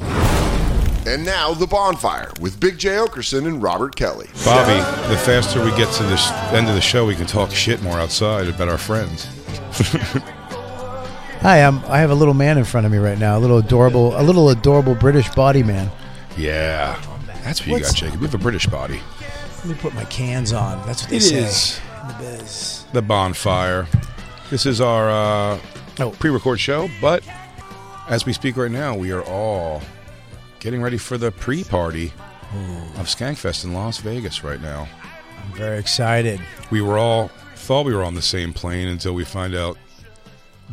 And now the bonfire with Big J Okerson and Robert Kelly. Bobby, the faster we get to the sh- end of the show, we can talk shit more outside about our friends. Hi, I'm, I have a little man in front of me right now, a little adorable, a little adorable British body man. Yeah. That's what you What's- got, Jacob. We have a British body. Let me put my cans on. That's what they It say. is. in the biz. The bonfire. This is our uh, Oh. pre record show, but as we speak right now, we are all getting ready for the pre party of Skankfest in Las Vegas right now. I'm very excited. we were all thought we were on the same plane until we find out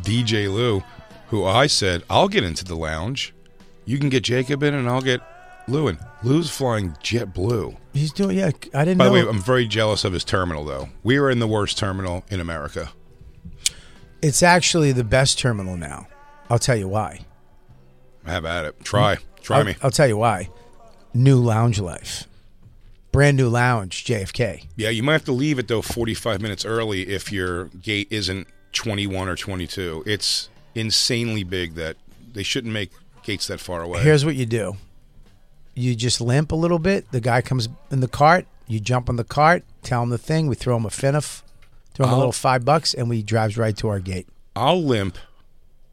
DJ Lou, who I said I'll get into the lounge, you can get Jacob in, and I'll get Lou in. Lou's flying JetBlue. He's doing. Yeah, I didn't By know. the way, um, I'm very jealous of his terminal though. We were in the worst terminal in America. it's actually the best terminal now. I'll tell you why. Have at it. Try, try I'll, me. I'll tell you why. New lounge life. Brand new lounge, JFK. Yeah, you might have to leave it though 45 minutes early if your gate isn't 21 or 22. It's insanely big that they shouldn't make gates that far away. Here's what you do you just limp a little bit. The guy comes in the cart. You jump on the cart, tell him the thing. We throw him a finiff, throw him a I'll- little five bucks, and we drives right to our gate. I'll limp.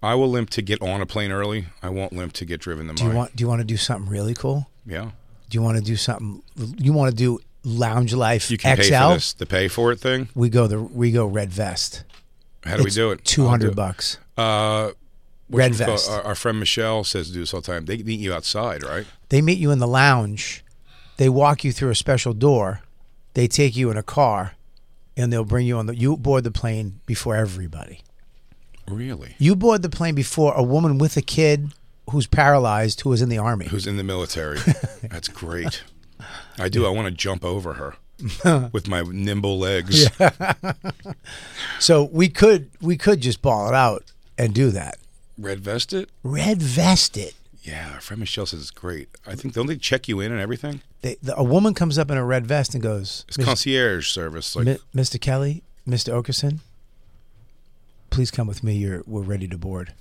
I will limp to get on a plane early. I won't limp to get driven the Do you want? Do you want to do something really cool? Yeah. Do you want to do something? You want to do lounge life You can XL? pay for this. The pay for it thing. We go the we go red vest. How do we do it? Two I'll do hundred it. bucks. Uh, what Red you call- vest. Our, our friend Michelle says to do this all the time. They meet you outside, right? They meet you in the lounge. They walk you through a special door. They take you in a car, and they'll bring you on the. You board the plane before everybody. Really? You board the plane before a woman with a kid who's paralyzed who was in the army. Who's in the military? That's great. I do. I want to jump over her with my nimble legs. So we could we could just ball it out and do that. Red vest it? Red vested. Yeah. Our friend Michelle says it's great. I think don't they check you in and everything? They, the, a woman comes up in a red vest and goes, It's "Miss- concierge service. Like Mi- Mr. Kelly, Mr. Okerson, please come with me. You're we're ready to board,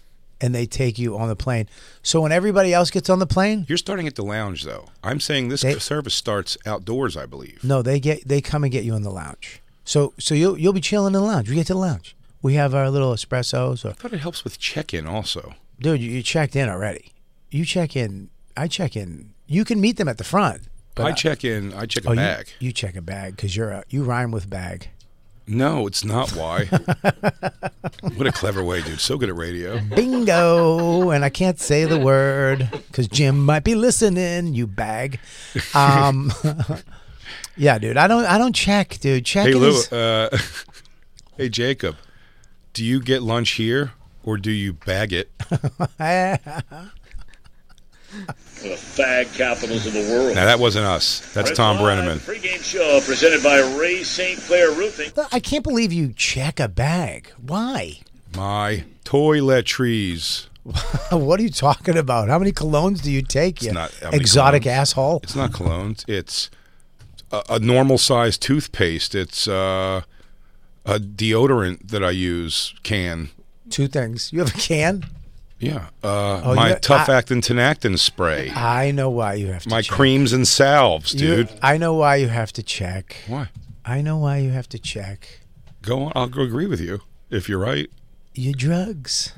and they take you on the plane. So when everybody else gets on the plane, You're starting at the lounge, though. I'm saying this They- service starts outdoors, I believe. no, they get they come and get you in the lounge. So so you'll you'll be chilling in the lounge. We get to the lounge. We have our little espressos. Or, I thought it helps with check-in also. dude, you, you checked in already. You check in. I check in. You can meet them at the front. I check in. I check a Oh, you, bag. you check a bag because you're a, you rhyme with bag. No, it's not why. what a clever way, dude. So good at radio. bingo and i can't say the word because jim might be listening you bag um yeah dude i don't i don't check dude check Hey Lou. is, Uh, hey Jacob. Do you get lunch here or do you bag it? One of the fag capitals of the world. Now that wasn't us. That's Tom Brenneman. Pre-game show presented by Ray St. Clair Roofing. I can't believe you check a bag. Why? My toiletries. what are you talking about? How many colognes do you take? You not- how many exotic colognes? asshole. It's not colognes. It's a, a normal size toothpaste. It's uh, a deodorant that I use can. Two things. You have a can. Yeah. Uh, Oh, my you- tough I- actin tenactin spray. I know why you have to. my check. creams and salves, You- dude. I know why you have to check. Why? I know why you have to check Go on. I'll agree with you if you're right. your drugs.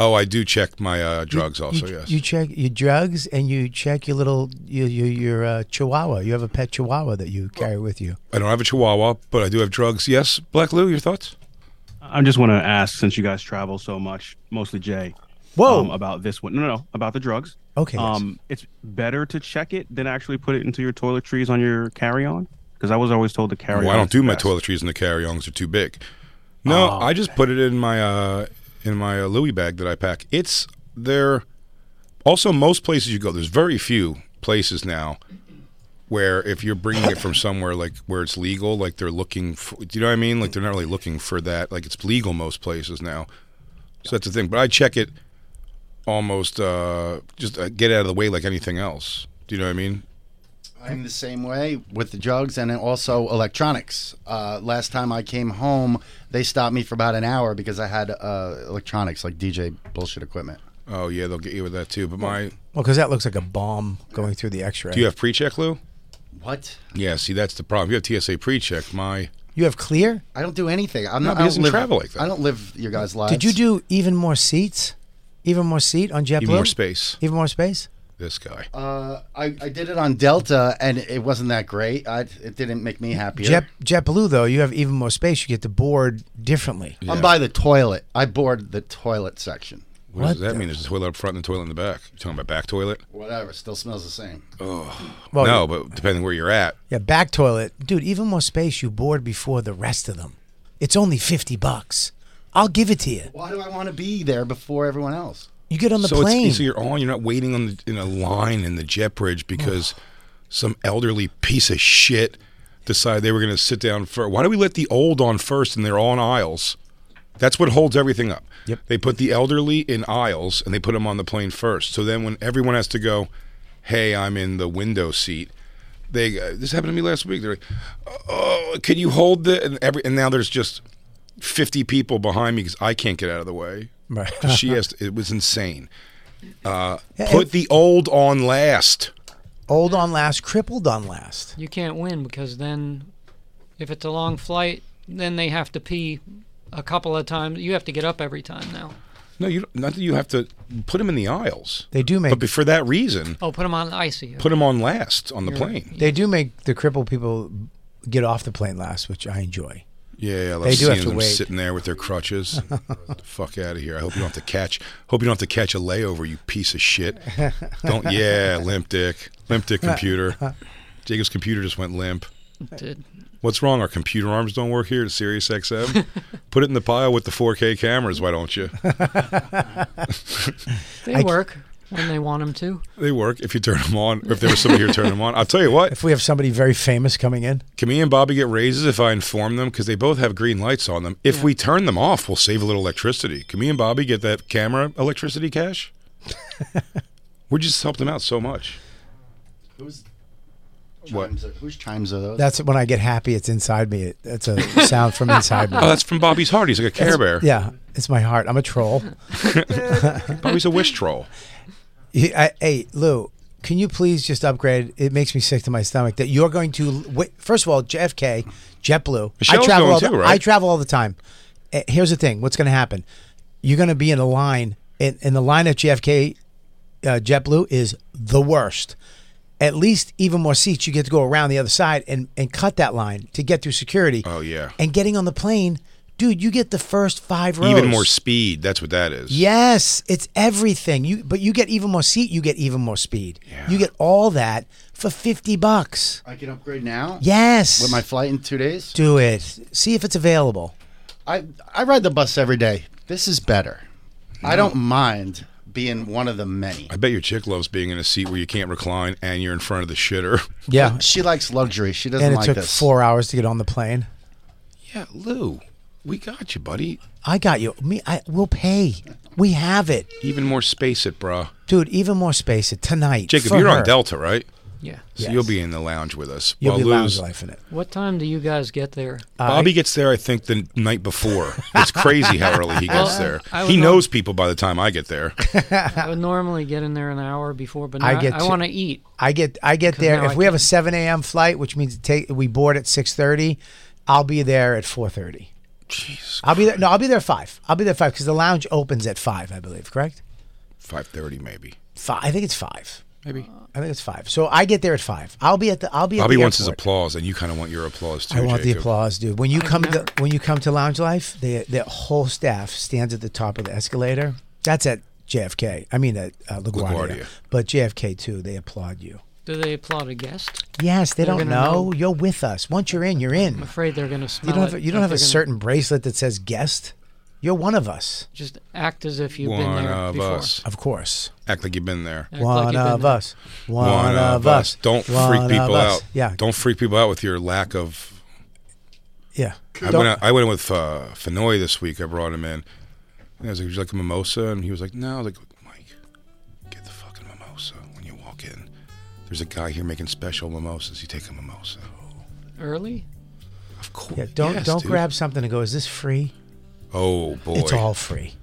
Oh, I do check my uh, drugs You- also. you, yes. You check your drugs and you check your little your your, your uh, chihuahua. You have a pet chihuahua that you carry with you. I don't have a Chihuahua, but I do have drugs. Yes, Black Lou, your thoughts? I just want to ask, since you guys travel so much, mostly Jay, Whoa. um, about this one. No, no, no, about the drugs. Okay, yes. Um, it's better to check it than actually put it into your toiletries on your carry-on, because I was always told to carry. Well, I on don't is do my best. toiletries in the carry-ons; they're too big. No, I just put it in my uh, in my uh, Louis bag that I pack. It's there. Also, most places you go, there's very few places now where if you're bringing it from somewhere like where it's legal, like they're looking. For, do you know what I mean? Like they're not really looking for that. Like it's legal most places now. So that's the thing. But I check it almost uh, just uh, get out of the way like anything else. Do you know what I mean? I'm the same way with the drugs and also electronics. Uh, last time I came home, they stopped me for about an hour because I had uh, electronics like DJ bullshit equipment. Oh yeah, they'll get you with that too. But my, Well, because that looks like a bomb going through the X-ray. do you have pre-check, Lou? What? Yeah, see, that's the problem. If you have TSA pre-check, my You have clear. I don't do anything. I'm No, but he not. I don't doesn't live, travel like that. I don't live your guys' Uh, lives. Did you do even more seats? Even more seat on JetBlue. even more space. Even more space. This guy. Uh, I, I did it on Delta, and it wasn't that great. I, it didn't make me happier. Jet JetBlue though, you have even more space. You get to board differently. I'm by the toilet. I board the toilet section. What, does that mean? There's a toilet up front and a toilet in the back. You talking about back toilet? Whatever. Still smells the same. Well, no, but depending where you're at. Yeah, back toilet, dude. Even more space. You board before the rest of them. It's only fifty bucks. I'll give it to you. Why do I want to be there before everyone else? You get on the so plane. it's so you're on. You're not waiting on the, in a line in the jet bridge because some elderly piece of shit decided they were going to sit down first. Why do we let the old on first and they're on aisles? That's what holds everything up. Yep. They put the elderly in aisles and they put them on the plane first. So then when everyone has to go, hey, I'm in the window seat. They uh, this happened to me last week. They're like, oh, can you hold the and every and now there's just fifty people behind me because I can't get out of the way. Right. 'Cause she has to, it was insane. Uh, put the old on last. old on last, crippled on last. You can't win because then, if it's a long flight, then they have to pee a couple of times. You have to get up every time now. No, you don't- not that you have to put them in the aisles. They do make But be- for that reason, Oh, put them on the ICU. put them on last on the plane. they do make the crippled people get off the plane last, which I enjoy. Yeah, yeah I love They do seeing have to them wait. sitting there with their crutches. Fuck out of here! I hope you don't have to catch. Hope you don't have to catch a layover, you piece of shit. Don't. Yeah, limp dick, limp dick computer. Jacob's computer just went limp. Did- What's wrong? Our computer arms don't work here at Sirius XM. Put it in the pile with the 4K cameras. Why don't you? They I c- work when they want them to. They work if you turn them on. Or if there was somebody here, turn them on. I'll tell you what. If we have somebody very famous coming in, Can me and Bobby get raises if I inform them because they both have green lights on them? If we turn them off, we'll save a little electricity. Can me and Bobby get that camera electricity cash? we just helped them out so much. Who's What? chimes? Are, whose chimes are those? that's when I get happy. It's inside me. It- That's a sound from inside me. Oh, that's from Bobby's heart. He's like a Care Bear. Yeah, it's my heart. I'm a troll. Bobby's a wish troll. He- I- hey, Lou, can you please just upgrade? It makes me sick to my stomach that you're going to. Wait, first of all, JFK, JetBlue. Michelle's I travel going all the, too, right? I travel all the time. Eh, Here's the thing: what's going to happen? You're going to be in a line, and, and the line at JFK, uh, JetBlue is the worst. At least even more seats, you get to go around the other side and, and cut that line to get through security. Oh, yeah. And getting on the plane, dude, you get the first five rows. Even more speed. That's what that is. Yes, it's everything. You but you get even more seat, you get even more speed. You get all that for 50 bucks. I can upgrade now. Yes. With my flight in two days. Do it. See if it's available. I I ride the bus every day. This is better. I don't mind being one of the many. I bet your chick loves being in a seat where you can't recline and you're in front of the shitter. Yeah. She likes luxury. She doesn't And it like took this. four hours to get on the plane. Yeah, Lou, we got you, buddy. I got you. Me, I will pay. We have it, Even more space it, bruh. dude. Even more space it tonight. Jacob, for you're her. on Delta, right? Yeah. So you'll be in the lounge with us. You'll While be Lou's- lounge life in it. What time do you guys get there? Bobby gets there, I think, the night before. It's crazy how early he gets Well, there. I- I he was knows people by the time I get there. I would normally get in there an hour before, but Ah. I now I, get to- want to eat. I get I get 'Cause there. now If I we have a can- seven a.m. flight, which means take we board at six thirty, I'll be there at four thirty. Jeez. I'll be there. No, I'll be there at five. I'll be there at five because the lounge opens at five, I believe. Correct? Five thirty, maybe. Five. I think it's five. Maybe. I think it's five. So I get there at five. I'll be at the. I'll be. At Bobby the wants his airport. applause, and you kind of want your applause too. I want the Jacob. applause, dude. When you I come never- to when you come to Lounge Life, the the whole staff stands at the top of the escalator. That's at JFK. I mean at uh, LaGuardia. LaGuardia. but JFK too. They applaud you. Do they applaud a guest? Yes, they They're don't gonna know. know. you're with us. Once you're in, you're in. I'm afraid they're going to You smell don't have it, a, you don't that have they're a gonna certain bracelet that says guest. You're one of us, Just act as if you've been One there of before. us. of course. Act like you've been there. Act like one you've been of there. us. One, of us. Don't One freak people of us. out. Yeah, Don't freak people out with your lack of yeah. I Don't- went, out, I went with uh, Fenoy this week. I brought him in. And I was like, would you like a mimosa? And he was like, no. I was like, Mike, get the fucking mimosa when you walk in. There's a guy here making special mimosas. You take a mimosa. Early? Of course. yeah, don't Yes, don't dude. grab something and go. Is this free? Oh, boy. It's all free.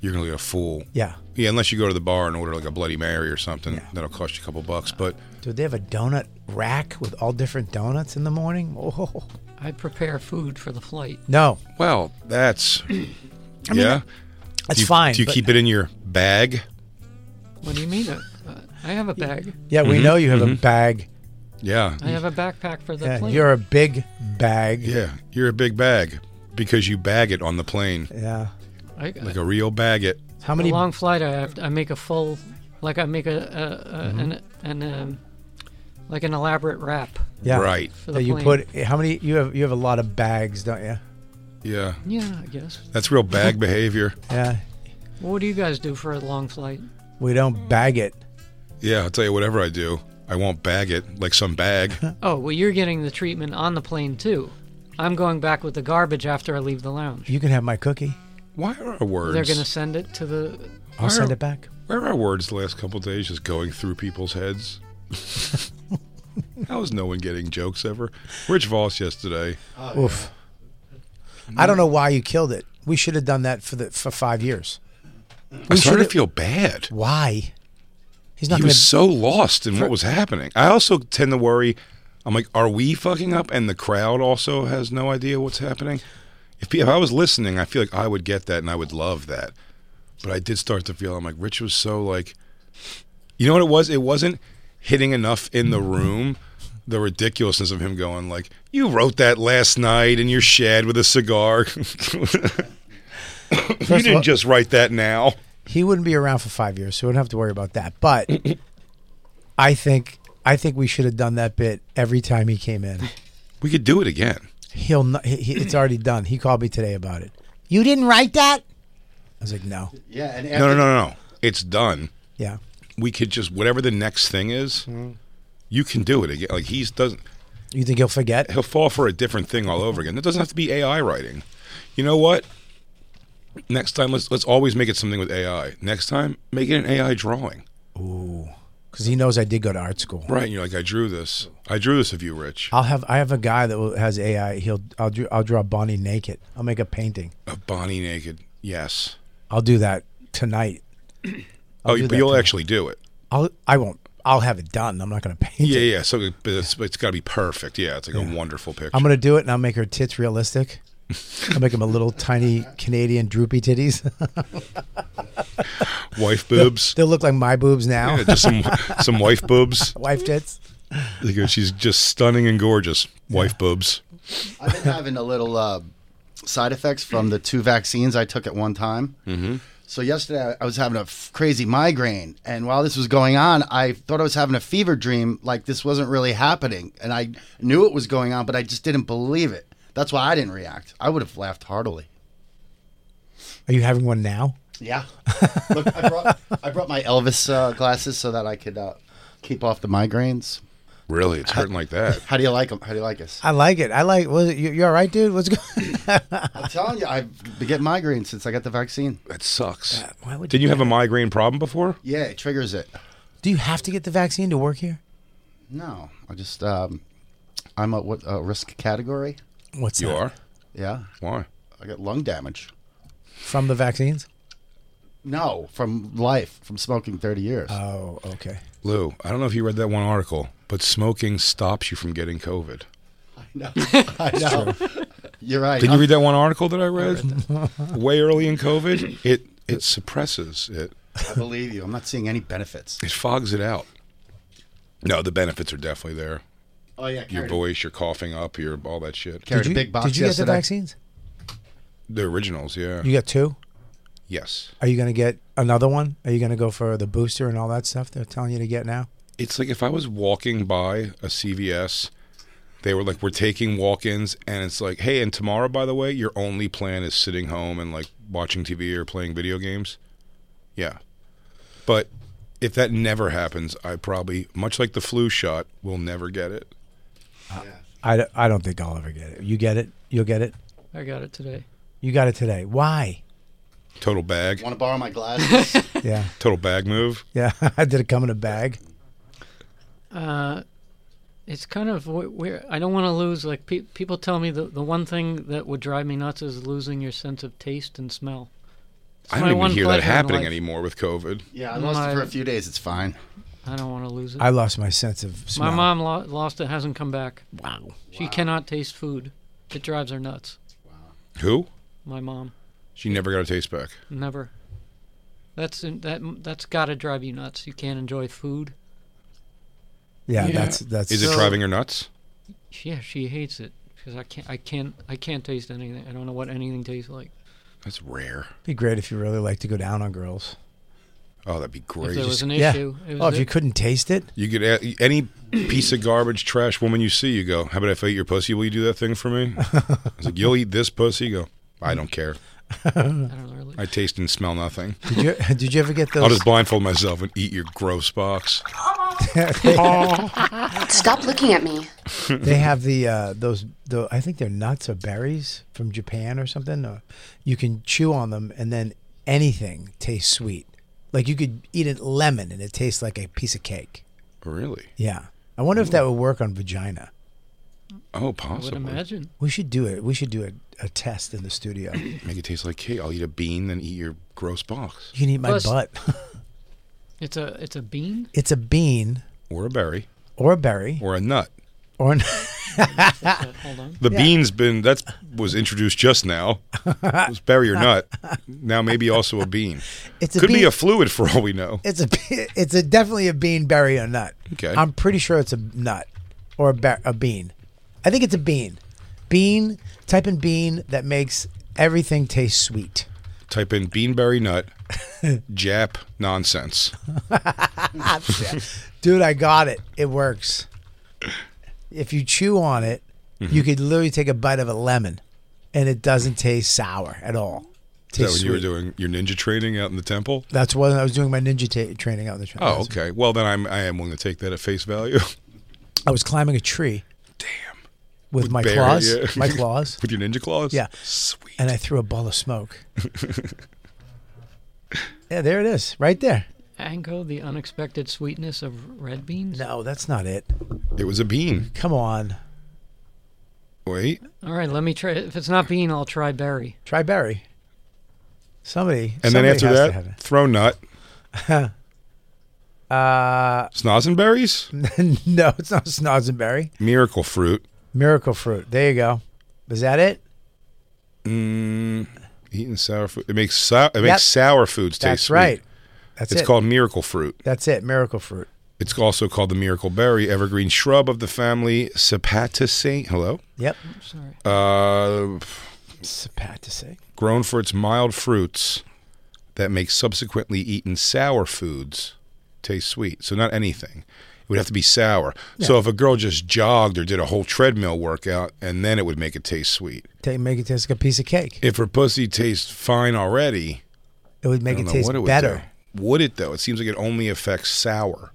You're going to get a fool. Yeah, Yeah, unless you go to the bar and order like a Bloody Mary or something. That'll cost you a couple bucks. But dude. They have a donut rack with all different donuts in the morning. Oh I prepare food for the flight. no, Well, that's. yeah. that's do you, fine. Do you but- keep it in your bag? What do you mean? Uh, uh, I have a bag. Yeah, we Mm-hmm, know you have a bag. Yeah. I have a backpack for the Yeah, plane. you're a big bag. Yeah. You're a big bag because you bag it on the plane. Yeah. I, Like a real bag it. How a many? long flight. I have to, I make a full, like I make a, a, a an, an um, like an elaborate wrap yeah. Right. for the That you plane. put how many? You have you have a lot of bags, don't you? Yeah. Yeah, I guess. That's real bag behavior. Yeah. What do you guys do for a long flight? We don't bag it. Yeah, I'll tell you whatever I do, I won't bag it like some bag. Oh, well, you're getting the treatment on the plane too. I'm going back with the garbage after I leave the lounge. You can have my cookie. Why are our words? They're gonna send it to the. I'll Why send are- it back. Where are our words the last couple days just going through people's heads? How is no one getting jokes ever? Rich Voss yesterday. Oh, Oof. I don't know why you killed it. We should have done that for the for five years. I started to should've- feel bad. Why? He's not He going to. was so lost in what was happening. I also tend to worry. I'm like, are we fucking up? And the crowd also has no idea what's happening. If, pe- if I was listening, I feel like I would get that and I would love that. But I did start to feel I'm like Rich was so like, you know what it was? It wasn't hitting enough in the room. The ridiculousness of him going like, you wrote that last night in your shed with a cigar. you of didn't all- just write that now. he wouldn't be around for five years, so we don't have to worry about that. But I think I think we should have done that bit every time he came in. We could do it again. He'll not. He, he, it's already done. He called me today about it. You didn't write that. I was like, no. Yeah, and No, no, no, no. It's done. Yeah. we could just whatever the next thing is, you can do it again. Like he's doesn't You think he'll forget? he'll fall for a different thing all over again. That doesn't have to be AI writing. You know what? Next time let's let's always make it something with AI. Next time make it an AI drawing. Because he knows I did go to art school. Right? And you're like I drew this. I drew this of you, Rich. I'll have I have a guy that will, has AI. He'll I'll draw, I'll draw Bonnie naked. I'll make a painting. Of Bonnie naked. Yes. I'll do that tonight. Oh, do but that you'll too. actually do it. I'll I won't. I'll have it done. I'm not going to paint Yeah, it. yeah. So it- but it's, it's got to be perfect. Yeah, it's like a wonderful picture. I'm going to do it, and I'll make her tits realistic. I'll make them a little tiny Canadian droopy titties. wife boobs. They'll look like my boobs now. Yeah, just some some wife boobs. Wife tits. Like, She's just stunning and gorgeous. Wife boobs. I've been having a little uh, side effects from the two vaccines I took at one time. Mm-hmm. So yesterday I was having a f- crazy migraine, and while this was going on, I thought I was having a fever dream. Like this wasn't really happening, and I knew it was going on, but I just didn't believe it. That's why I didn't react. I would have laughed heartily. Are you having one now? Yeah. Look, I brought, I brought my Elvis uh, glasses so that I could uh, keep off the migraines. Really, it's hurting like that. How do you like them? How do you like us? I like it. I like. Was it, you, you all right, dude? What's good? I'm telling you, I've been getting migraines since I got the vaccine. That sucks. why would Did you you have a migraine problem before? Yeah, it triggers it. Do you have to get the vaccine to work here? No, I just um, I'm at what uh, risk category? What's You that? are. Yeah, Why? I got lung damage. from the vaccines? No, from life, from smoking 30 years. Uh, Oh, okay. Lou, I don't know if you read that one article, but smoking stops you from getting COVID. no, I know. You're right. Did you read that one article that I read? Way early in COVID, it it suppresses it. I believe you. I'm not seeing any benefits. It fogs it out. No, the benefits are definitely there. Oh yeah, Your carried, voice, your coughing up, your all that shit. carried did you, a big box did you get the yesterday. vaccines? The originals, yeah. You got two. Yes. Are you going to get another one? Are you going to go for the booster and all that stuff they're telling you to get now? It's like if I was walking by a CVS, they were like, "We're taking walk-ins," and it's like, "Hey, and tomorrow, by the way, your only plan is sitting home and like watching TV or playing video games." Yeah, but if that never happens, I probably, much like the flu shot, will never get it. I, d- I don't think I'll ever get it. You get it? You'll get it? I got it today. You got it today. Why? Total bag, Want to borrow my glasses? Yeah. total bag move. Yeah. Did it come in a bag? It's kind of wh- where I don't want to lose. Like pe- people tell me the the one thing that would drive me nuts is losing your sense of taste and smell. I my don't even one hear pleasure that in happening life. anymore with COVID. yeah, I lost it My- for a few days. It's fine. I don't want to lose it. I lost my sense of smell. My mom lo- lost it, hasn't come back. Wow. She cannot taste food. It drives her nuts. Who? My mom She never got a taste back. never. That's in- that that's got to drive you nuts. You can't enjoy food. Yeah, Yeah. that's that's. Is it driving her nuts? Yeah, she hates it because I can't I can't I can't taste anything. I don't know what anything tastes like. That's rare. Be great if you really like to go down on girls. Oh, that'd be great. If there was an Yeah. issue, it was oh, if it. you couldn't taste it, You could a any piece of garbage, trash woman you see, you go, How about if I eat your pussy? Will you do that thing for me? I was like, You'll eat this pussy? You go, I don't care. I don't really. I taste and smell nothing. did you did you ever get I'll those? just blindfold myself and eat your gross box. Stop looking at me. they have the uh, those the I think they're nuts or berries from Japan or something. Or you can chew on them and then anything tastes sweet. Like you could eat a lemon and it tastes like a piece of cake. Really? Yeah, I wonder if that would work on vagina. Oh, I would possibly. imagine. We should do it. We should do a, a test in the studio. you Make it taste like cake. I'll eat a bean, then eat your gross box. can eat my Plus- butt. It's a it's a bean. it's a bean Or a berry. or a berry Or a nut. or an, But hold on. The bean's been that was introduced just now. It was berry or nut. Now maybe also a bean. it's a Could bean. be a fluid for all we know. It's a it's a definitely a bean, berry, or nut. Okay. I'm pretty sure it's a nut or a, ber- a bean. I think it's a bean. Bean. Type in bean that makes everything taste sweet. Type in beanberry nut, Jap nonsense. Dude, I got it. It works. If you chew on it, Mm-hmm. you could literally take a bite of a lemon, and it doesn't taste sour at all. Is that Tastes when you were sweet. doing your ninja training out in the temple? That's when I was doing my ninja ta- training out in the train. Oh, okay. Well, then I'm I am willing to take that at face value I was climbing a tree. Damn. With, my bear, claws. yeah. My claws. with your ninja claws. Yeah. sweet. and I threw a ball of smoke. yeah, there it is, right there. Ango, the unexpected sweetness of red beans. No, that's not it. It was a bean. Come on, Wait, All right, let me try. If it's not bean, I'll try berry. try berry. Somebody, and then somebody after has to have that, throw nut. uh, Snozzenberries, it. no, it's not snozzenberry. miracle fruit, Miracle fruit. There you go. Is that it? eating sour food. It makes sour. It makes sour foods taste That's sweet. right. That's It's it. called miracle fruit. That's it. Miracle fruit. It's also called the miracle berry, evergreen shrub of the family Sapataceae. Hello. Yep. Sorry. Uh, Sapatisse. grown for its mild fruits that make subsequently eaten sour foods taste sweet. So not anything. It would have to be sour. So if a girl just jogged or did a whole treadmill workout and then it would make it taste sweet. Take, make it taste like a piece of cake. If her pussy tastes fine already, It would I make it don't know taste what it would better. do. Would it though? It seems like it only affects sour.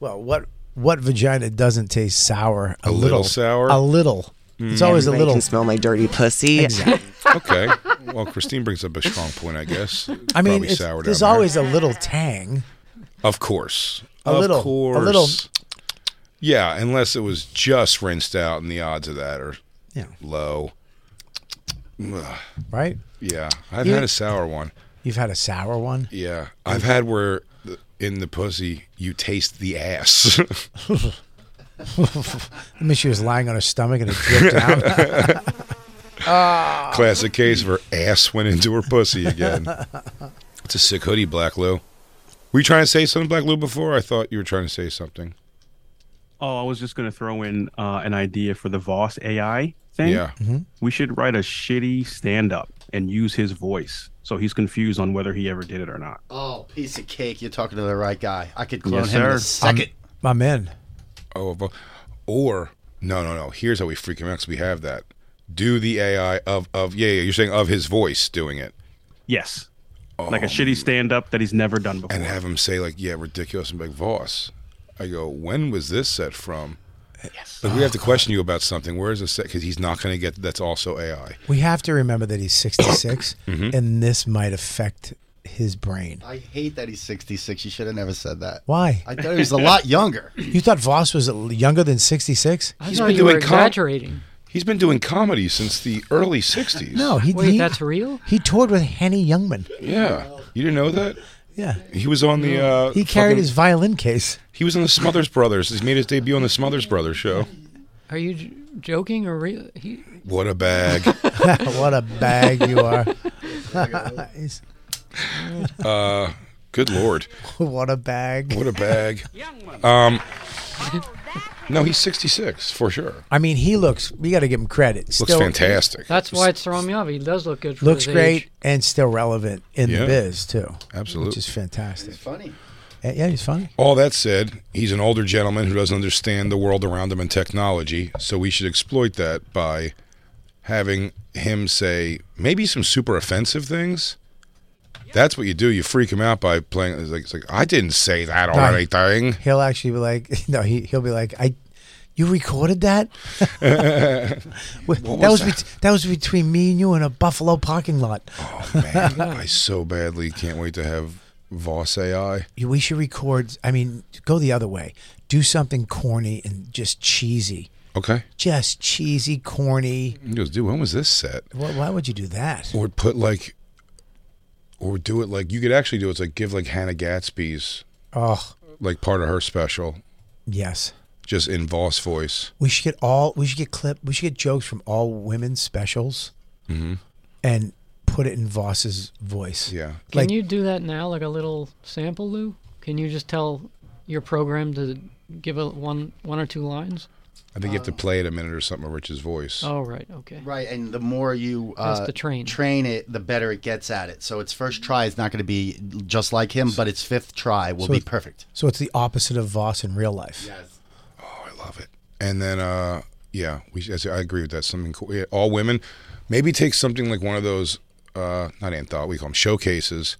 Well, what what vagina doesn't taste sour? A, A little sour? Mm. A little. It's always a Everybody little. can smell my dirty pussy. Exactly. Okay. well, Christine brings up a strong point, I guess. I mean, Probably it's, sour down there's there. always a little tang. Of course. A of little- course. a little- Yeah, unless it was just rinsed out, and the odds of that are Yeah. low. Ugh, Right? Yeah, I've You- had a sour one. You've had a sour one. Yeah, I've had where the- in the pussy you taste the ass. I mean, she was lying on her stomach and it dripped out. Ah. Classic case of her ass went into her pussy again. It's a sick hoodie, Black Lou. Were you trying to say something, Black Lou? Before I thought you were trying to say something. Oh, I was just gonna throw in uh, an idea for the Voss AI thing. Yeah. We should write a shitty stand-up and use his voice, so he's confused on whether he ever did it or not. Oh, piece of cake! You're talking to the right guy. I could clone Yes, him in sir. a second. I'm in. Oh, vo- or no, no, no. Here's how we freak him out because we have that. Do the AI of of yeah, yeah. You're saying of his voice doing it, Yes. like a shitty stand-up that he's never done before. Oh. and have him say like yeah, ridiculous, and be like Voss. I go, when was this set from? Yes. Like, we have to question you about something. Where is this set? Because he's not going to get. That's also AI. We have to remember that he's 66, and this might affect his brain. I hate that he's 66. You should have never said that. Why? I thought he was a lot younger. You thought Voss was younger than 66? I He's thought been you were doing com- exaggerating. He's been doing comedy since the early '60s. No, he Wait, he- that's real? He toured with Henny Youngman. Yeah. You didn't know that? Yeah. He was on the. Uh, He carried fucking- his violin case. He was on the Smothers Brothers. He's made his debut on the Smothers Brothers show. Are you j- joking or real? He, What a bag. what a bag you are. He's- Good lord. what a bag. What a bag. Um, no, he's 66 for sure. I mean, he looks, we got to give him credit. Looks fantastic. that's why it's throwing me off. He does look good. For Looks his great age. and still relevant in Yeah. the biz, too. Absolutely. Which is fantastic. Funny. Uh, Yeah, he's funny. All that said, he's an older gentleman who doesn't understand the world around him and technology, so we should exploit that by having him say maybe some super offensive things. That's what you do. You freak him out by playing. It's like, it's like I didn't say that or Right. anything. He'll actually be like, no, he, he'll be like, I. You recorded that? Wait, that was was bet- that was between me and you in a Buffalo parking lot. Oh man, I so badly can't wait to have Voss AI. you- we should record. I mean, go the other way. Do something corny and just cheesy, Okay, just cheesy, corny. he goes, dude. When was this set? Why, why would you do that? Or put like, or do it like you could actually do it. It's like give like Hannah Gatsby's Oh, like part of her special yes. just in Voss voice. We should get all. We should get clip. We should get jokes from all women's specials, and put it in Voss's voice. Mm-hmm. Yeah. Can like- you do that now, like a little sample, Lou? Can you just tell your program to give a one, one or two lines? I think you have to play it a minute or something of Rich's voice. Oh, right. Okay. Right, and the more you That's uh, the train. train it, the better it gets at it. So its first try is not going to be just like him, but its fifth try will be it's- perfect. So it's the opposite of Voss in real life. Oh, I love it. And then, uh, yeah, we. should- I agree with that. Something cool. Yeah, all women. Maybe take something like one of those, uh, not anthology, we call them showcases,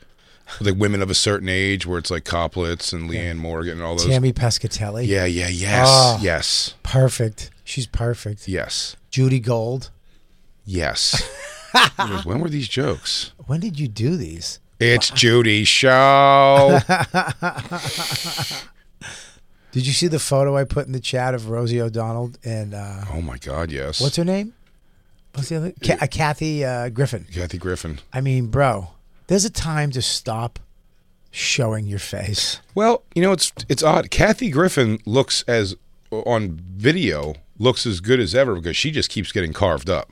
like women of a certain age, where it's like Coplitz and Leanne Morgan and all those. Tammy Pescatelli. Yeah, yeah, yes, Ah. yes, Perfect. She's perfect. yes, Judy Gold. yes. when were these jokes? When did you do these? It's Judy's show. Did you see the photo I put in the chat of Rosie O'Donnell and uh, oh my God, yes. What's her name? What's the other? Ca- uh, Kathy uh, Griffin. Kathy Griffin? I mean, bro, there's a time to stop showing your face. Well, you know, it's it's odd. Kathy Griffin looks as on video looks as good as ever because she just keeps getting carved up.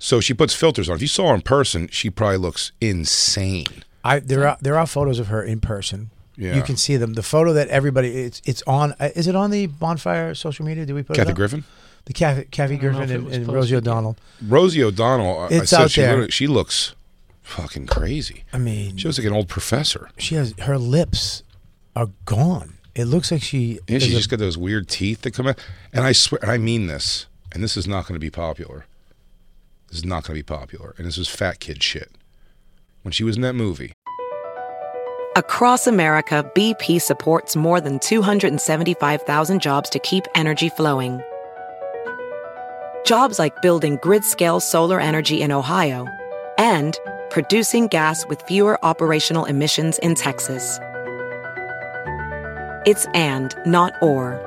So she puts filters on. If you saw her in person, she probably looks insane. I there are there are photos of her in person. Yeah. You can see them. The photo that everybody it's it's on. uh, Is it on the bonfire social media? Did we put it Kathy up? Griffin, The Kathy, Kathy don't know Griffin if it and, was and Rosie posted. O'Donnell. Rosie O'Donnell. I- I It's said out she there. literally- She looks fucking crazy. I mean, She looks like an old professor. she has her lips are gone. It looks like she. Yeah, is she's a- just got those weird teeth that come out. And I swear, and I mean this, and this is not going to be popular. This is not going to be popular, and this is fat kid shit. when she was in that movie. Across America, BP supports more than 275,000 jobs to keep energy flowing. Jobs like building grid scale solar energy in Ohio and producing gas with fewer operational emissions in Texas. It's and, not or.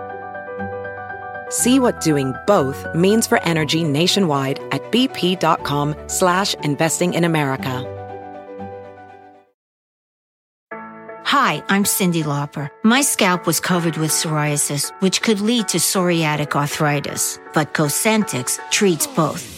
See what doing both means for energy nationwide at bp.com slash investing in America. Hi, I'm Cindy Lauper. My scalp was covered with psoriasis, which could lead to psoriatic arthritis, but Cosentix treats both.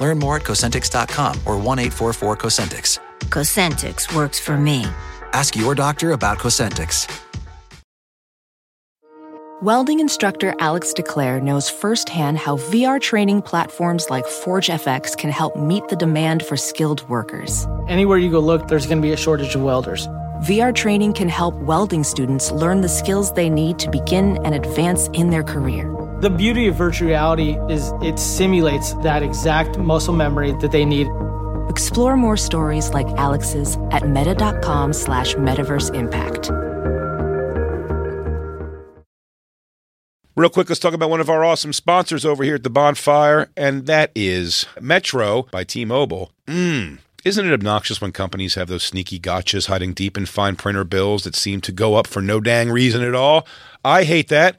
Learn more at Cosentix.com or 1 844 Cosentix. Cosentix works for me. Ask your doctor about Cosentix. Welding instructor Alex DeClaire knows firsthand how VR training platforms like ForgeFX can help meet the demand for skilled workers. Anywhere you go look, there's going to be a shortage of welders. VR training can help welding students learn the skills they need to begin and advance in their career. The beauty of virtual reality is it simulates that exact muscle memory that they need. Explore more stories like Alex's at meta.com slash metaverse impact. Real quick, let's talk about one of our awesome sponsors over here at the bonfire, and that is Metro by T Mobile. Mmm. Isn't it obnoxious when companies have those sneaky gotchas hiding deep in fine printer bills that seem to go up for no dang reason at all? I hate that.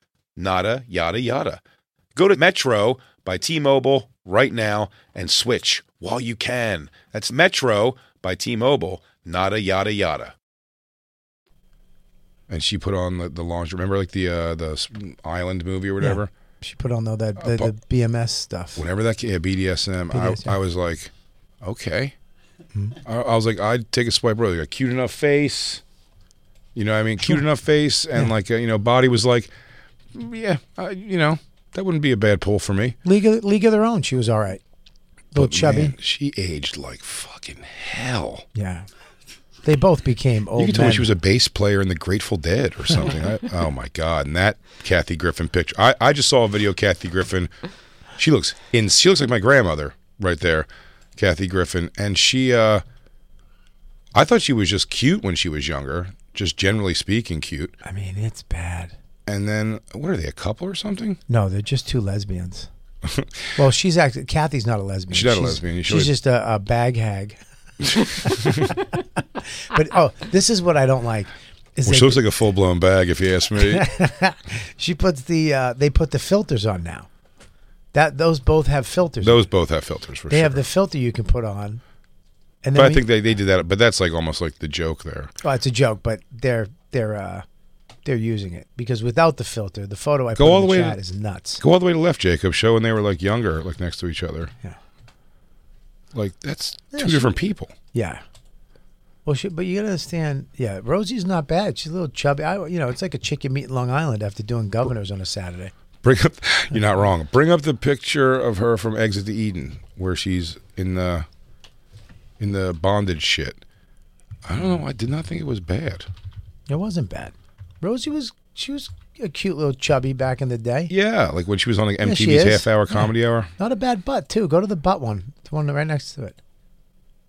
nada yada yada. Go to Metro by T Mobile right now and switch while you can. That's Metro by T Mobile, nada yada yada. And she put on the, the lingerie. Remember, like the uh, the s- island movie or whatever. She put on all that the, Uh, the BMS stuff. Whenever that yeah, BDSM, BDSM. I, I was like, okay. I, I was like, I'd take a swipe right. Like, cute enough face, you know. what I mean, cute enough face, and like uh, you know, body was like, yeah, uh, you know, that wouldn't be a bad pull for me. League of, League of Their Own. She was all right. Little But, chubby. man, she aged like fucking hell. Yeah. They both became old. you could tell me men. she was a bass player in the Grateful Dead or something. I, oh my god! And that Kathy Griffin picture. I, I just saw a video. of Kathy Griffin. She looks in. She looks like my grandmother right there, Kathy Griffin. And she. uh I thought she was just cute when she was younger, just generally speaking, cute. I mean, it's bad. And then what are they? A couple or something? No, they're just two lesbians. well, she's actually Kathy's not a lesbian. She's not a lesbian. You She's should- just a, a bag hag. but oh, this is what I don't like. Is Well, they- she looks like a full blown bag, if you ask me. she puts the uh, they put the filters on now. That those both have filters. Those both have filters for they sure. have the filter you can put on. And but I we- think they, they did that. But that's like almost like the joke there. well, it's a joke, but they're they're uh, they're using it because without the filter, the photo I Go put all in the the way chat to- is nuts. Go all the way to left, Jacob. Show when they were like younger, like next to each other. Yeah. Like that's Yeah, two she- different people. Yeah. Well, she, but you gotta understand. Yeah, Rosie's not bad. She's a little chubby. I, you know, it's like a chicken meat in Long Island after doing governors on a Saturday. Bring up. You're not wrong. Bring up the picture of her from Exit to Eden, where she's in the in the bondage shit. I don't know. I did not think it was bad. It wasn't bad. Rosie was she was a cute little chubby back in the day. Yeah, like when she was on like Yeah, she is. MTV's Half Hour Comedy Hour. Not a bad butt too. Go to the butt one, the one right next to it,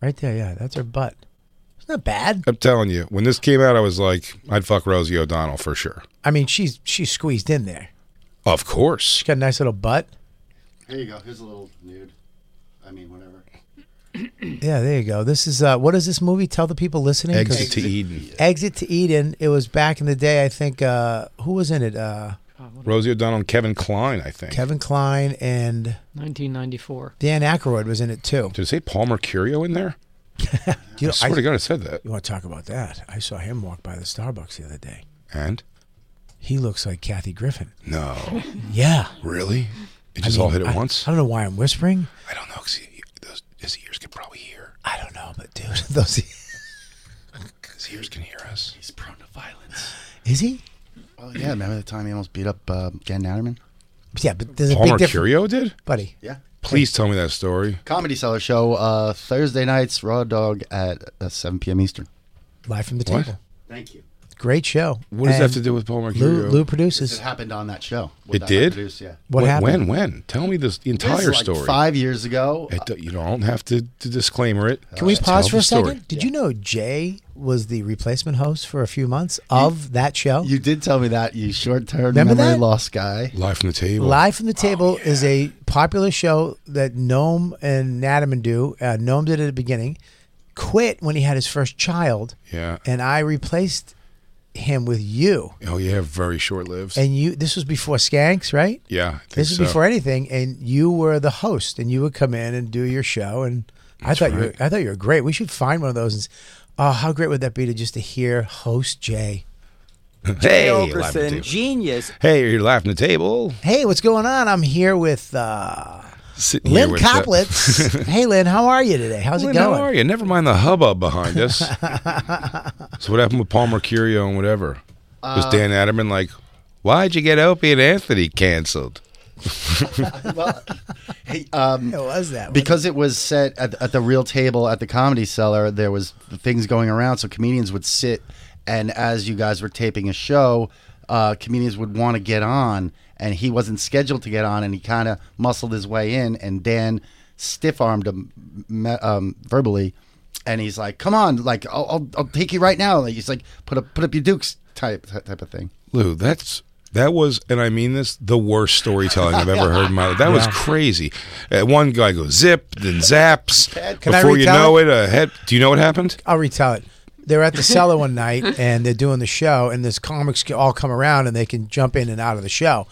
right there. Yeah, that's her butt. It's not bad. I'm telling you, when this came out, I was like, I'd fuck Rosie O'Donnell for sure. I mean, she's she's squeezed in there. Of course. She got a nice little butt. Here you go. Here's a little nude. I mean, whatever. Yeah, there you go. This is uh, what does this movie tell the people listening? 'Cause- Exit to Eden. Exit to Eden. It was back in the day. I think uh, who was in it? Uh, Rosie O'Donnell and Kevin Klein, I think. Kevin Klein and 1994. Dan Aykroyd was in it too. Did it say Paul Mercurio in there? You know, I swear to God, it said that. You want to talk about that? I saw him walk by the Starbucks the other day. And He looks like Kathy Griffin. no, Yeah. really, it I just mean, all hit I- at once. I don't know why I'm whispering. I don't know. 'cause he- those, his ears could probably hear. I don't know, but dude, those His ears can hear us. He's prone to violence. is he? Well, yeah. Remember the time he almost beat up uh, Dan Natterman? Yeah, but there's a Paul big difference, Mercurio did. buddy. Yeah. Please tell me that story. Comedy Cellar Show uh, Thursday nights, Raw Dog at uh, 7 p.m. Eastern. Live from the What? table. Thank you. Great show. What does that have And to do with Paul Lou, Mercurio? Lou This produces. happened on that show. It That I did? produced, yeah. What Wh- happened? When? When? Tell me this, the This entire is like story. Five years ago. It do- you don't have to, to disclaimer it. Can we Just pause tell for a the story. second? Did you know Jay was the replacement host for a few months of that show? You did tell me that you short-term Remember memory that? loss guy. Live from the table. Live from the Table is a popular show that Gnome and Natterman do. Uh, Gnome did it at the beginning, quit when he had his first child, Yeah. and I replaced him with you. Oh yeah, very short lived. And you, this was before Skanks, right? Yeah. I think This is so. before anything, and you were the host, and you would come in and do your show. And I That's thought you, were, right. I thought you were great. We should find one of those. And, s- oh, how great would that be to just to hear host Jay? Hey, live from the table. genius. Hey, you're live from the table. Hey, what's going on? I'm here with uh, Sitting here Lynn with, uh, Coplitz. hey, Lynn, how are you today? How's Lynn, it going? How are you? Never mind the hubbub behind us. so what happened with Paul Mercurio and whatever? Uh, Was Dan Adamman like, why'd you get Opie and Anthony canceled? Hey, um, What was that? because it was set at, at the real table at the comedy cellar there was things going around so comedians would sit and as you guys were taping a show uh, comedians would want to get on and he wasn't scheduled to get on and he kind of muscled his way in and dan stiff-armed him me- um, verbally and he's like come on like i'll, I'll, I'll take you right now like he's like put up put up your dukes type type of thing Lou, that's that was, and I mean this, the worst storytelling I've ever heard in my life. That was crazy. Uh, one guy goes zip, then zaps. Can I Before you retell know it, a head. Do you know what happened? I'll retell it. They're at the cellar one night and they're doing the show, and this comics can all come around and they can jump in and out of the show.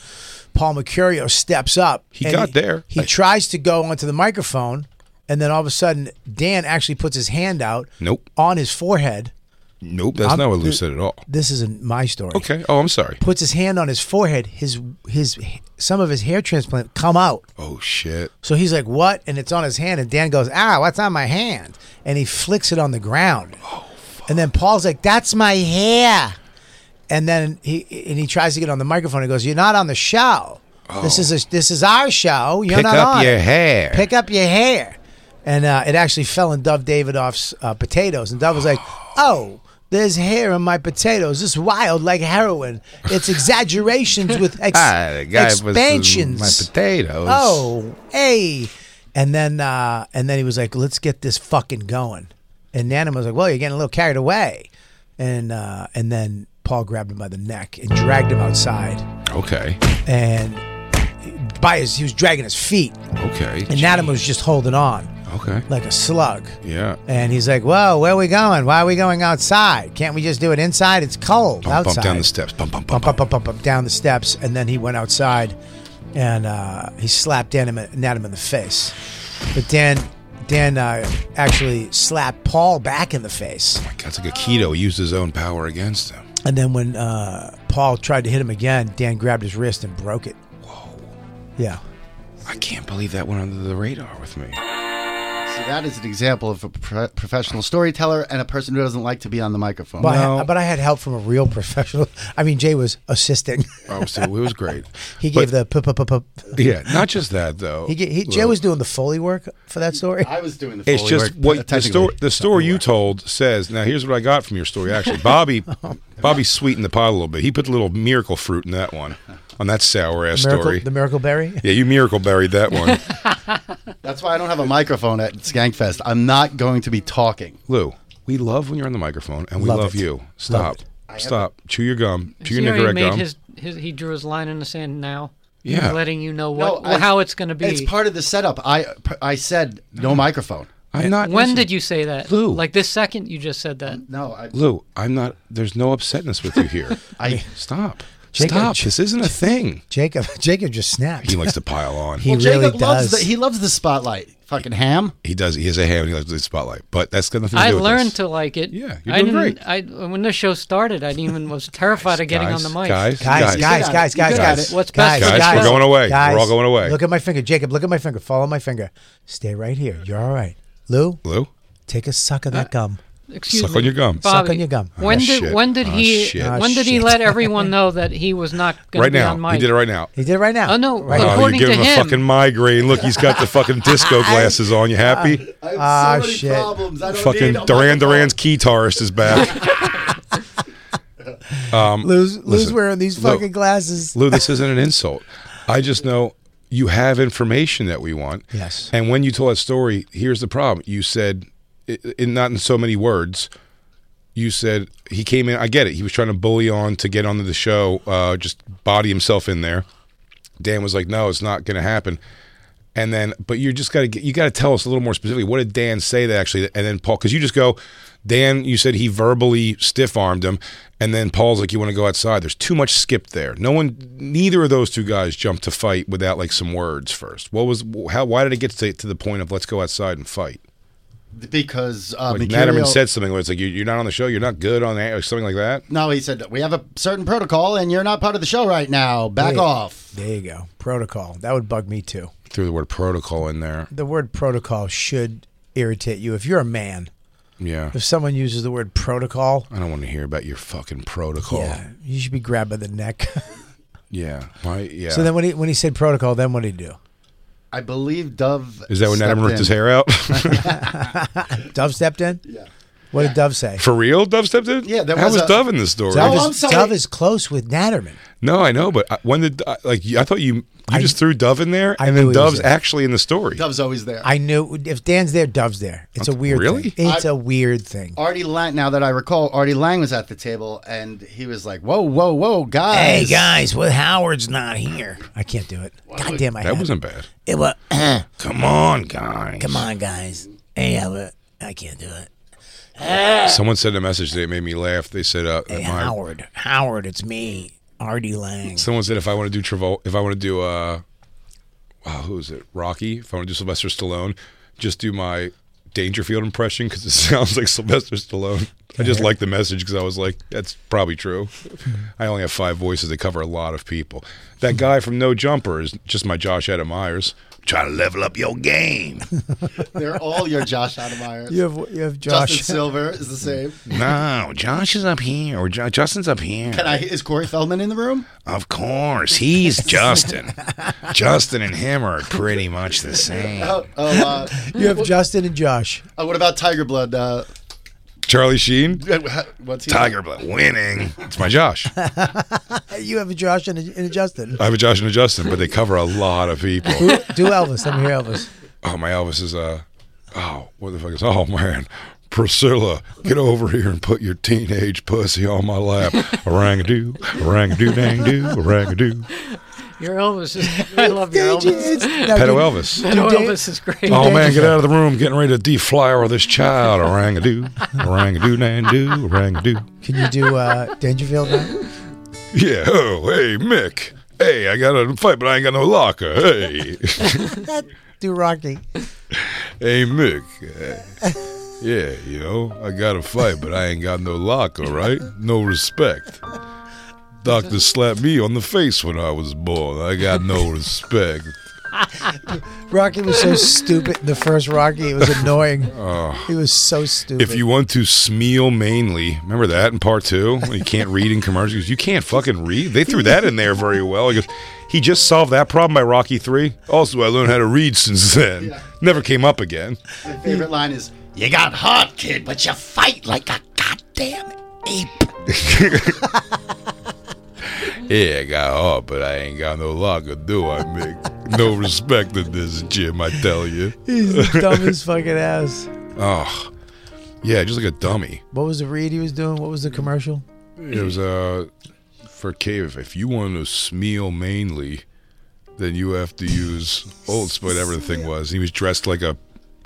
Paul Mercurio steps up. He and got there. He I- tries to go onto the microphone, and then all of a sudden, Dan actually puts his hand out Nope. on his forehead. Nope, that's I'm- not what Lou th- said at all. This isn't my story. Okay. Oh, I'm sorry. Puts his hand on his forehead. His his some of his hair transplant come out. Oh shit. So he's like, "What?" And it's on his hand, and Dan goes, "Ah, what's on my hand?" And he flicks it on the ground. And then Paul's like, "That's my hair." And then he and he tries to get on the microphone. He goes, "You're not on the show. This is a, this is our show. You're Pick not up on your it. hair." Pick up your hair." And uh, it actually fell in Dove Davidoff's uh, potatoes. And Dove was like, "Oh." There's hair on my potatoes. It's wild like heroin. It's exaggerations with ex- Ah, the guy was- expansions. my potatoes. Oh, hey. And then uh, and then he was like, let's get this fucking going. And Nana was like, well, you're getting a little carried away. And uh, and then Paul grabbed him by the neck and dragged him outside. Okay. And by his, he was dragging his feet. Okay. And Nana was just holding on Okay. like a slug. Yeah. And he's like, whoa, where are we going? Why are we going outside? Can't we just do it inside? It's cold Bump, outside bump down the steps. Bump, bump, bump, bump, up, bump, bump, bump, down the steps, and then he went outside, and uh, he slapped Dan, Nat him in the face. But Dan, Dan uh, actually slapped Paul back in the face, That's like a keto. He used his own power against him. and then when uh, Paul tried to hit him again, Dan grabbed his wrist and broke it. Whoa! Yeah, I can't believe that went under the radar with me. so that is an example of a pro- professional storyteller and a person who doesn't like to be on the microphone but, I, but I had help from a real professional. I mean, Jay was assisting. Oh, so it was great. He gave the p- p- p- p- Yeah, not just that though. he, ga- he, Jay Lou. was doing the foley work for that story. I was doing the. It's Foley just work, uh, what the technically. story. The story you told says. Now here's what I got from your story. Actually, Bobby, Oh, Bobby sweetened the pot a little bit. He put a little miracle fruit in that one, on that sour ass Miracle, story. the miracle berry. yeah, you miracle buried that one, That's why I don't have a microphone at Skankfest. I'm not going to be talking. Lou. We love when you're on the microphone, and we Love love, it. you. Stop, it. stop. Chew your gum. Chew See your how he Nicorette made gum. his, his he drew his line in the sand now. He's Yeah. letting you know what I- how it's going to be. It's part of the setup. I I said no microphone. I'm not. When did you say that? Lou. Like this second, you just said that. No, I. Lou, I'm not. There's no upsetness with you here. I stop. Jacob- stop. This isn't a thing. Jacob, Jacob just snapped. He likes to pile on. He well, really Jacob loves does. the, he loves the spotlight. Fucking ham. He does. He has a ham. and He likes the spotlight. But that's got nothing to I do with learned this. to like it. Yeah, you're I doing didn't, I when this show started, I didn't even was terrified of getting guys, on the mic. guys, Guys, guys, You guys, got guys, it. guys. What's guys, best? for Guys, the we're show? going away. We're all going away. Look at my finger, Jacob. Look at my finger. Follow my finger. Stay right here. You're all right, Lou. Lou, Take a suck of that Uh, gum. Excuse Suck me. on your gum. Suck Bobby, on your gum. When Ah, did shit. when did Ah, he shit. Ah, when did he shit. let everyone know that he was not going right to be now. on mic? He did it right now. He did it right now. Oh no! Right Oh, you According give to him, him, a fucking migraine. Look, he's got the fucking disco glasses on. You happy? Oh, I have Ah, so many shit. problems. I don't fucking need a Duran microphone. Duran's guitarist is back. um, Lou's, Lou's listen, wearing these Lou- fucking glasses. Lou, this isn't an insult. I just know you have information that we want. Yes. And when you told that story, here's the problem. You said, i- in not in so many words, you said he came in. I get it. He was trying to bully on to get onto the show, uh, just body himself in there. Dan was like, "No, it's not going to happen." And then, but you just got to get you got to tell us a little more specifically. What did Dan say that actually? And then Paul, because you just go, Dan, you said he verbally stiff armed him, and then Paul's like, "You want to go outside?" There's too much skipped there. No one, neither of those two guys jumped to fight without like some words first. What was how? Why did it get to, to the point of let's go outside and fight? because uh, Like Mercurial- Natterman said something where it's like you, you're not on the show, you're not good on that, or something like that. No, he said we have a certain protocol, and you're not part of the show right now. Back Yeah. off. There you go. Protocol. That would bug me too. Threw the word protocol in there. The word protocol should irritate you if you're a man. Yeah, If someone uses the word protocol, I don't want to hear about your fucking protocol. yeah, you should be grabbed by the neck. Yeah, my yeah. So then when he when he said protocol, then what did he do? I believe Dove. Is that when stepped Adam ripped in. his hair out? Dove stepped in? Yeah. What did Dove say? For real? Dove stepped in? Yeah, there How was was a- Dove in this story? Dove, Oh, is, I'm sorry. Dove is close with Natterman. no, I know, but I- when did I- like you- I thought you you just threw Dove in there, I and knew he then was Dove's there. actually in the story. Dove's always there. I knew if Dan's there, Dove's there. It's a weird Really? thing. It's I- a weird thing. Artie Lang. Now that I recall, Artie Lang was at the table, and he was like, "Whoa, whoa, Oh, whoa, guys! guys, well Howard's not here. I can't do it. God damn I that had wasn't bad. it was Come on, guys. Come on guys. Hey Howard. I can't do it. Someone sent a message that made me laugh. They said, uh, Hey my- Howard. Howard, it's me. Artie Lang. Someone said if I want to do Travol, if I want to do uh, wow, who is it? Rocky. If I want to do Sylvester Stallone, just do my Dangerfield impression because it sounds like Sylvester Stallone. I just like the message because I was like, that's probably true. I only have five voices that cover a lot of people. That guy from No Jumper is just my Josh Adam Myers. Trying to level up your game. They're all your Josh Adameyers. You have you have Justin Josh. Silver is the same. no, Josh is up here, or Jo- Justin's up here. Can I? Is Corey Feldman in the room? Of course, he's Justin. Justin and him are pretty much the same. Oh, oh, uh, You have Justin and Josh. oh, what about Tiger Blood? Uh, Charlie Sheen, what's he? Tiger Blood, winning. It's my Josh. I You have a Josh and a, and a Justin. have a Josh and a Justin, but they cover a lot of people. Who- Do Elvis. Let me hear Elvis. Oh, my Elvis is uh, oh, what the fuck is? Oh man, Priscilla, get over here and put your teenage pussy on my lap. Rang a doo, rang a doo, dang doo, rang a doo. Your Elvis is. I love your It's- Elvis. it's- now, Pedo dude, Elvis. Your Dude, Elvis is great. Oh man, get out of the room. Getting ready to deflower this child. Rang a doo, rang a doo, dang doo, rang a doo. Can you do uh, Dangerfield now? Yeah. Oh, hey Mick. Hey, I got a fight, but I ain't got no locker. Hey. Do Rocky. Hey, Mick. uh, yeah, you know, I got to fight, but I ain't got no locker, right? No respect. Doctor slapped me on the face when I was born. I got no respect. Rocky was so stupid. in The first Rocky, it was annoying. he was so stupid. Oh. If you want to smeal mainly, remember that in part two? When You can't read in commercials. He goes, You can't fucking read. They threw that in there very well. He goes, He just solved that problem by Rocky 3. Also, I learned how to read since then. Never came up again. My favorite line is, "You got heart, kid, but you fight like a goddamn ape." Yeah, I got hard, but I ain't got no locker, do I, Mick? no respect in this gym, I tell you. He's the dumbest fucking ass. Oh, yeah, just like a dummy. What was the read he was doing? What was the commercial? It was uh for cave. If you want to smeal mainly, then you have to use old whatever the thing was. He was dressed like a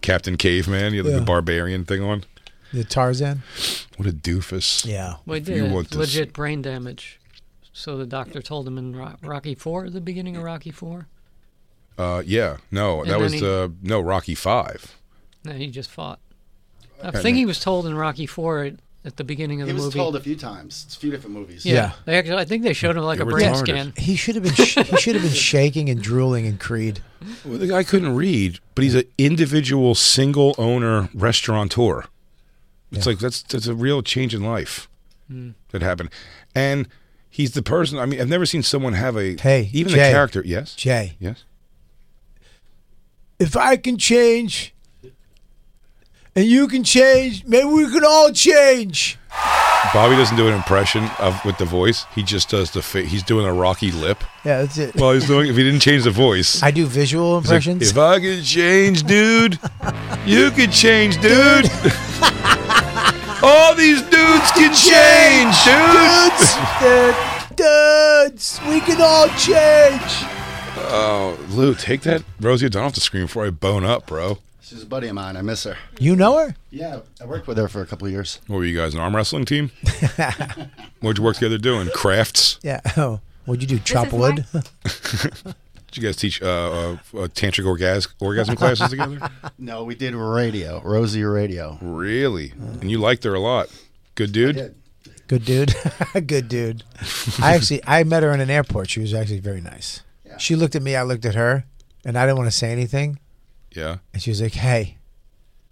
Captain Caveman. You had like, Yeah. the barbarian thing on. The Tarzan. What a doofus. Yeah. Well, he If did you have want to s- legit brain damage. So the doctor told him in Ro- Rocky Four, the beginning of Rocky Four. Uh, yeah, no, And that then was he- the no Rocky Five. No, he just fought. I Okay. think he was told in Rocky Four at, at the beginning of He the was movie. told a few times. It's a few different movies. Yeah. They actually, I think they showed him like a brain scan. He should have been. Sh- he should have been shaking and drooling in Creed. Well, the guy couldn't read, but he's an individual, single owner restaurateur. It's like that's that's a real change in life Hmm. Mm. that happened, and he's the person. I mean, I've never seen someone have a Hey, even Jay. the character. Yes, Jay. Yes, If I can change, and you can change, maybe we can all change. Bobby doesn't do an impression of with the voice. He just does the fa- he's doing a Rocky lip. Yeah, that's it. Well, he's doing if he didn't change the voice. I do visual He's like, impressions. if I could change, dude, you could change, dude. All these dudes can change, dude. Dudes, dudes, we can all change. Oh, Lou, take that Rosie O'Donnell off the screen before I bone up, bro. She's a buddy of mine. I miss her. You know her? Yeah, I worked with her for a couple of years. What were you guys, an arm wrestling team? What'd you work together doing? Crafts? Yeah. Oh, what'd you do? Chop wood? Did you guys teach uh, uh, uh, tantric orgasm, orgasm classes together? No, we did radio, Rosie Radio. Really? Mm. And you liked her a lot. Good dude? Good dude. Good dude. I actually I met her in an airport. She was actually very nice. She looked at me, I looked at her, and I didn't want to say anything. Yeah. And she was like, "Hey,"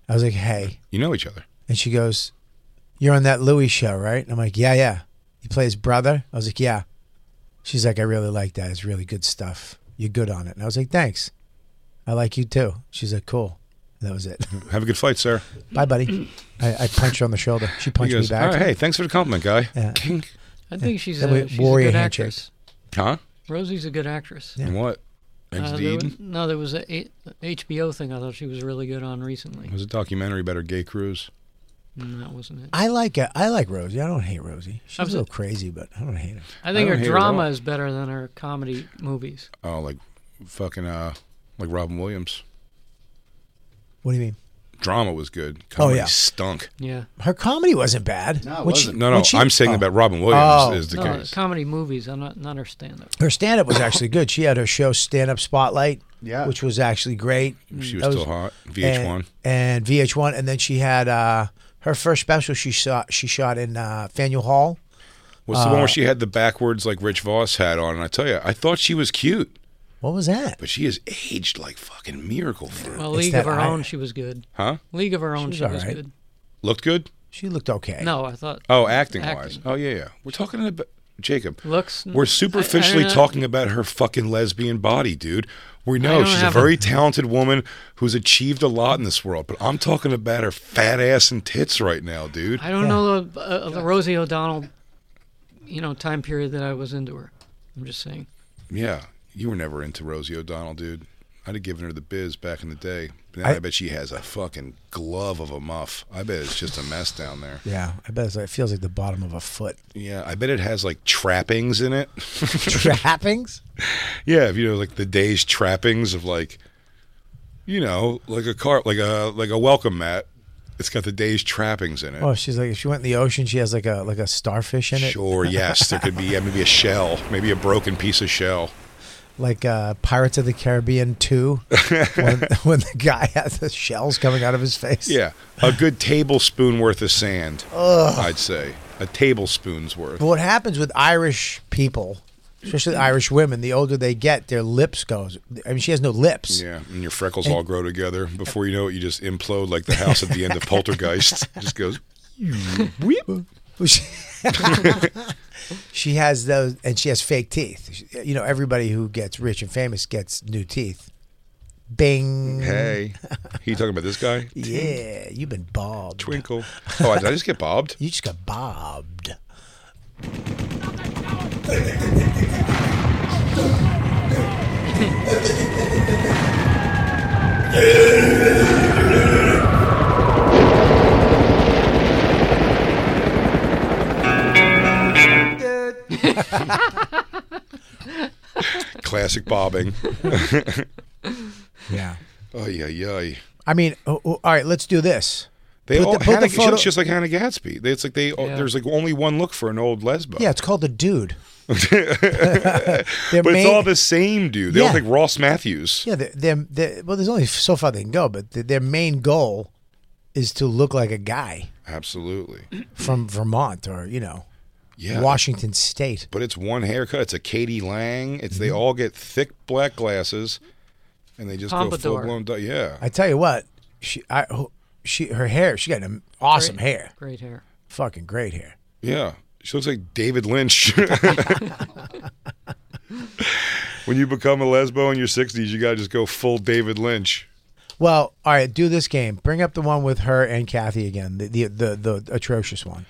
I was like, "Hey," You know each other. and she goes, "You're on that Louis show, right?" And I'm like, "Yeah, yeah." You play his brother. I was like, "Yeah." She's like, "I really like that. It's really good stuff. You're good on it." And I was like, "Thanks. I like you too." She's like, "Cool." And that was it. Have a good flight, sir. Bye, buddy. I, I punched her on the shoulder. She punched He goes, me back. "All right, hey, thanks for the compliment, guy. Yeah. I think she's That a, way- she's a warrior good handshake. actress. Huh? Rosie's a good actress. And what? Uh, Next there deed? was, no, there was a, a HBO thing I thought she was really good on recently. was a documentary about her gay cruise. Mm, that wasn't it. I like it. I like Rosie. I don't hate Rosie. She's a I'm so- little crazy, but I don't hate her. I think I don't her hate her at drama all. is better than her comedy movies. Oh, like fucking, uh, like Robin Williams. What do you mean? Drama was good. Oh, Comedy yeah. stunk. Yeah. Her comedy wasn't bad. No, it When she- No, no, when she- I'm saying oh. about Robin Williams Oh. is the no, case. comedy movies. I'm not not her stand up. Her stand up was actually good. She had her show Stand Up Spotlight, Yeah. which was actually great. She was That eh, still hot. VH1. And, and VH1 and then she had uh, her first special she shot she shot in uh, Faneuil Hall. Was the one Uh, where she had the backwards like Rich Voss hat on, and I tell you, I thought she was cute, What was that? but she has aged like fucking miracle fruit. Well, It's League of that Her I- Own, she was good. Huh? League of Her Own, She was she was, all right. good. Looked good. She looked okay. No, I thought. Oh, acting, wise. Oh yeah, yeah. We're talking about Jacob. Looks- I- I We're don't superficially know. talking about her fucking lesbian body, dude. We know don't she's a have very a- talented woman who's achieved a lot in this world, but I'm talking about her fat ass and tits right now, dude. I don't know the, uh, the Rosie O'Donnell, you know, time period that I was into her. I'm just saying. Yeah, you were never into Rosie O'Donnell, dude. I'd have given her the biz back in the day. But now I, I- bet she has a fucking glove of a muff. I bet it's just a mess down there. Yeah, I bet it's like, it feels like the bottom of a foot. Yeah, I bet it has like trappings in it. Trappings? yeah, if you know, like the day's trappings of like, you know, like a car, like a like a welcome mat. It's got the day's trappings in it. Oh, she's like if she went in the ocean, she has like a like a starfish in it. Sure, yes, there could be yeah, maybe a shell, maybe a broken piece of shell. like uh, Pirates of the Caribbean 2 when, when the guy has the shells coming out of his face. Yeah, a good tablespoon worth of sand. Ugh. I'd say a tablespoon's worth. But what happens with Irish people, especially Irish women, the older they get, their lips goes. I mean, she has no lips. Yeah, and your freckles And- all grow together. Before you know it, you just implode like the house at the end of Poltergeist. just goes. Well, she- she has those, and she has fake teeth. She- You know, everybody who gets rich and famous gets new teeth. Bing. Hey, he talking about this guy? Yeah, you've been bobbed. Twinkle. Oh, did I just get bobbed? You just got bobbed. Classic bobbing. Yeah. Oh yeah, yeah. I mean, o- o- all right, let's do this. They Put all the- put the Hannah, she photo- looks just like Hannah Gatsby. They- It's like they uh, there's like only one look for an old lesbo. Yeah, it's called the dude. but it's all the same dude. They Yeah. look like Ross Matthews. Yeah, they're, they're, they're, well, there's only so far they can go, but th- their main goal is to look like a guy Absolutely. from Vermont or you know, Yeah. Washington State. But it's one haircut. It's a Katie Lang. It's Mm-hmm. they all get thick black glasses, and they just go Pompadour. full blown. du- Yeah, I tell you what, she, I, who- she, her hair, she got an awesome Great- hair, Great hair. fucking great hair. yeah. She looks like David Lynch. when you become a lesbo in your sixties, you gotta just go full David Lynch. Well, all right, do this game. Bring up the one with her and Kathy again, the the the, the atrocious one.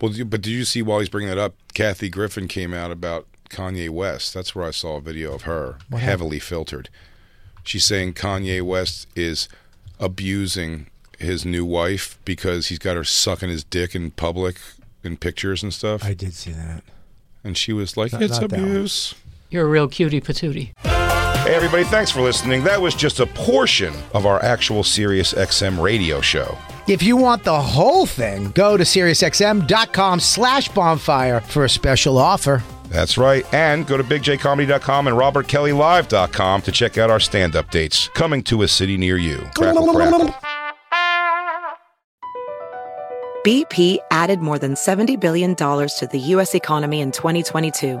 Well, do- but did you see while he's bringing that up, Kathy Griffin came out about Kanye West. That's where I saw a video of her, What happened? heavily filtered. She's saying Kanye West is abusing his new wife because he's got her sucking his dick in public in pictures and stuff. I did see that. And she was like, Not- it's not that one. abuse. You're a real cutie patootie. Hey, everybody, thanks for listening. That was just a portion of our actual Sirius XM radio show. If you want the whole thing, go to SiriusXM.com slash bonfire for a special offer. That's right. And go to bigjcomedy.com and robertkellylive.com to check out our stand up dates coming to a city near you. Crackle, crackle. BP added more than $70 billion to the U.S. economy in 2022.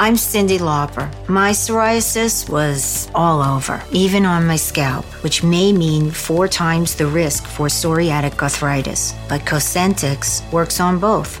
I'm Cindy Lauper. My psoriasis was all over, even on my scalp, which may mean four times the risk for psoriatic arthritis. But Cosentix works on both.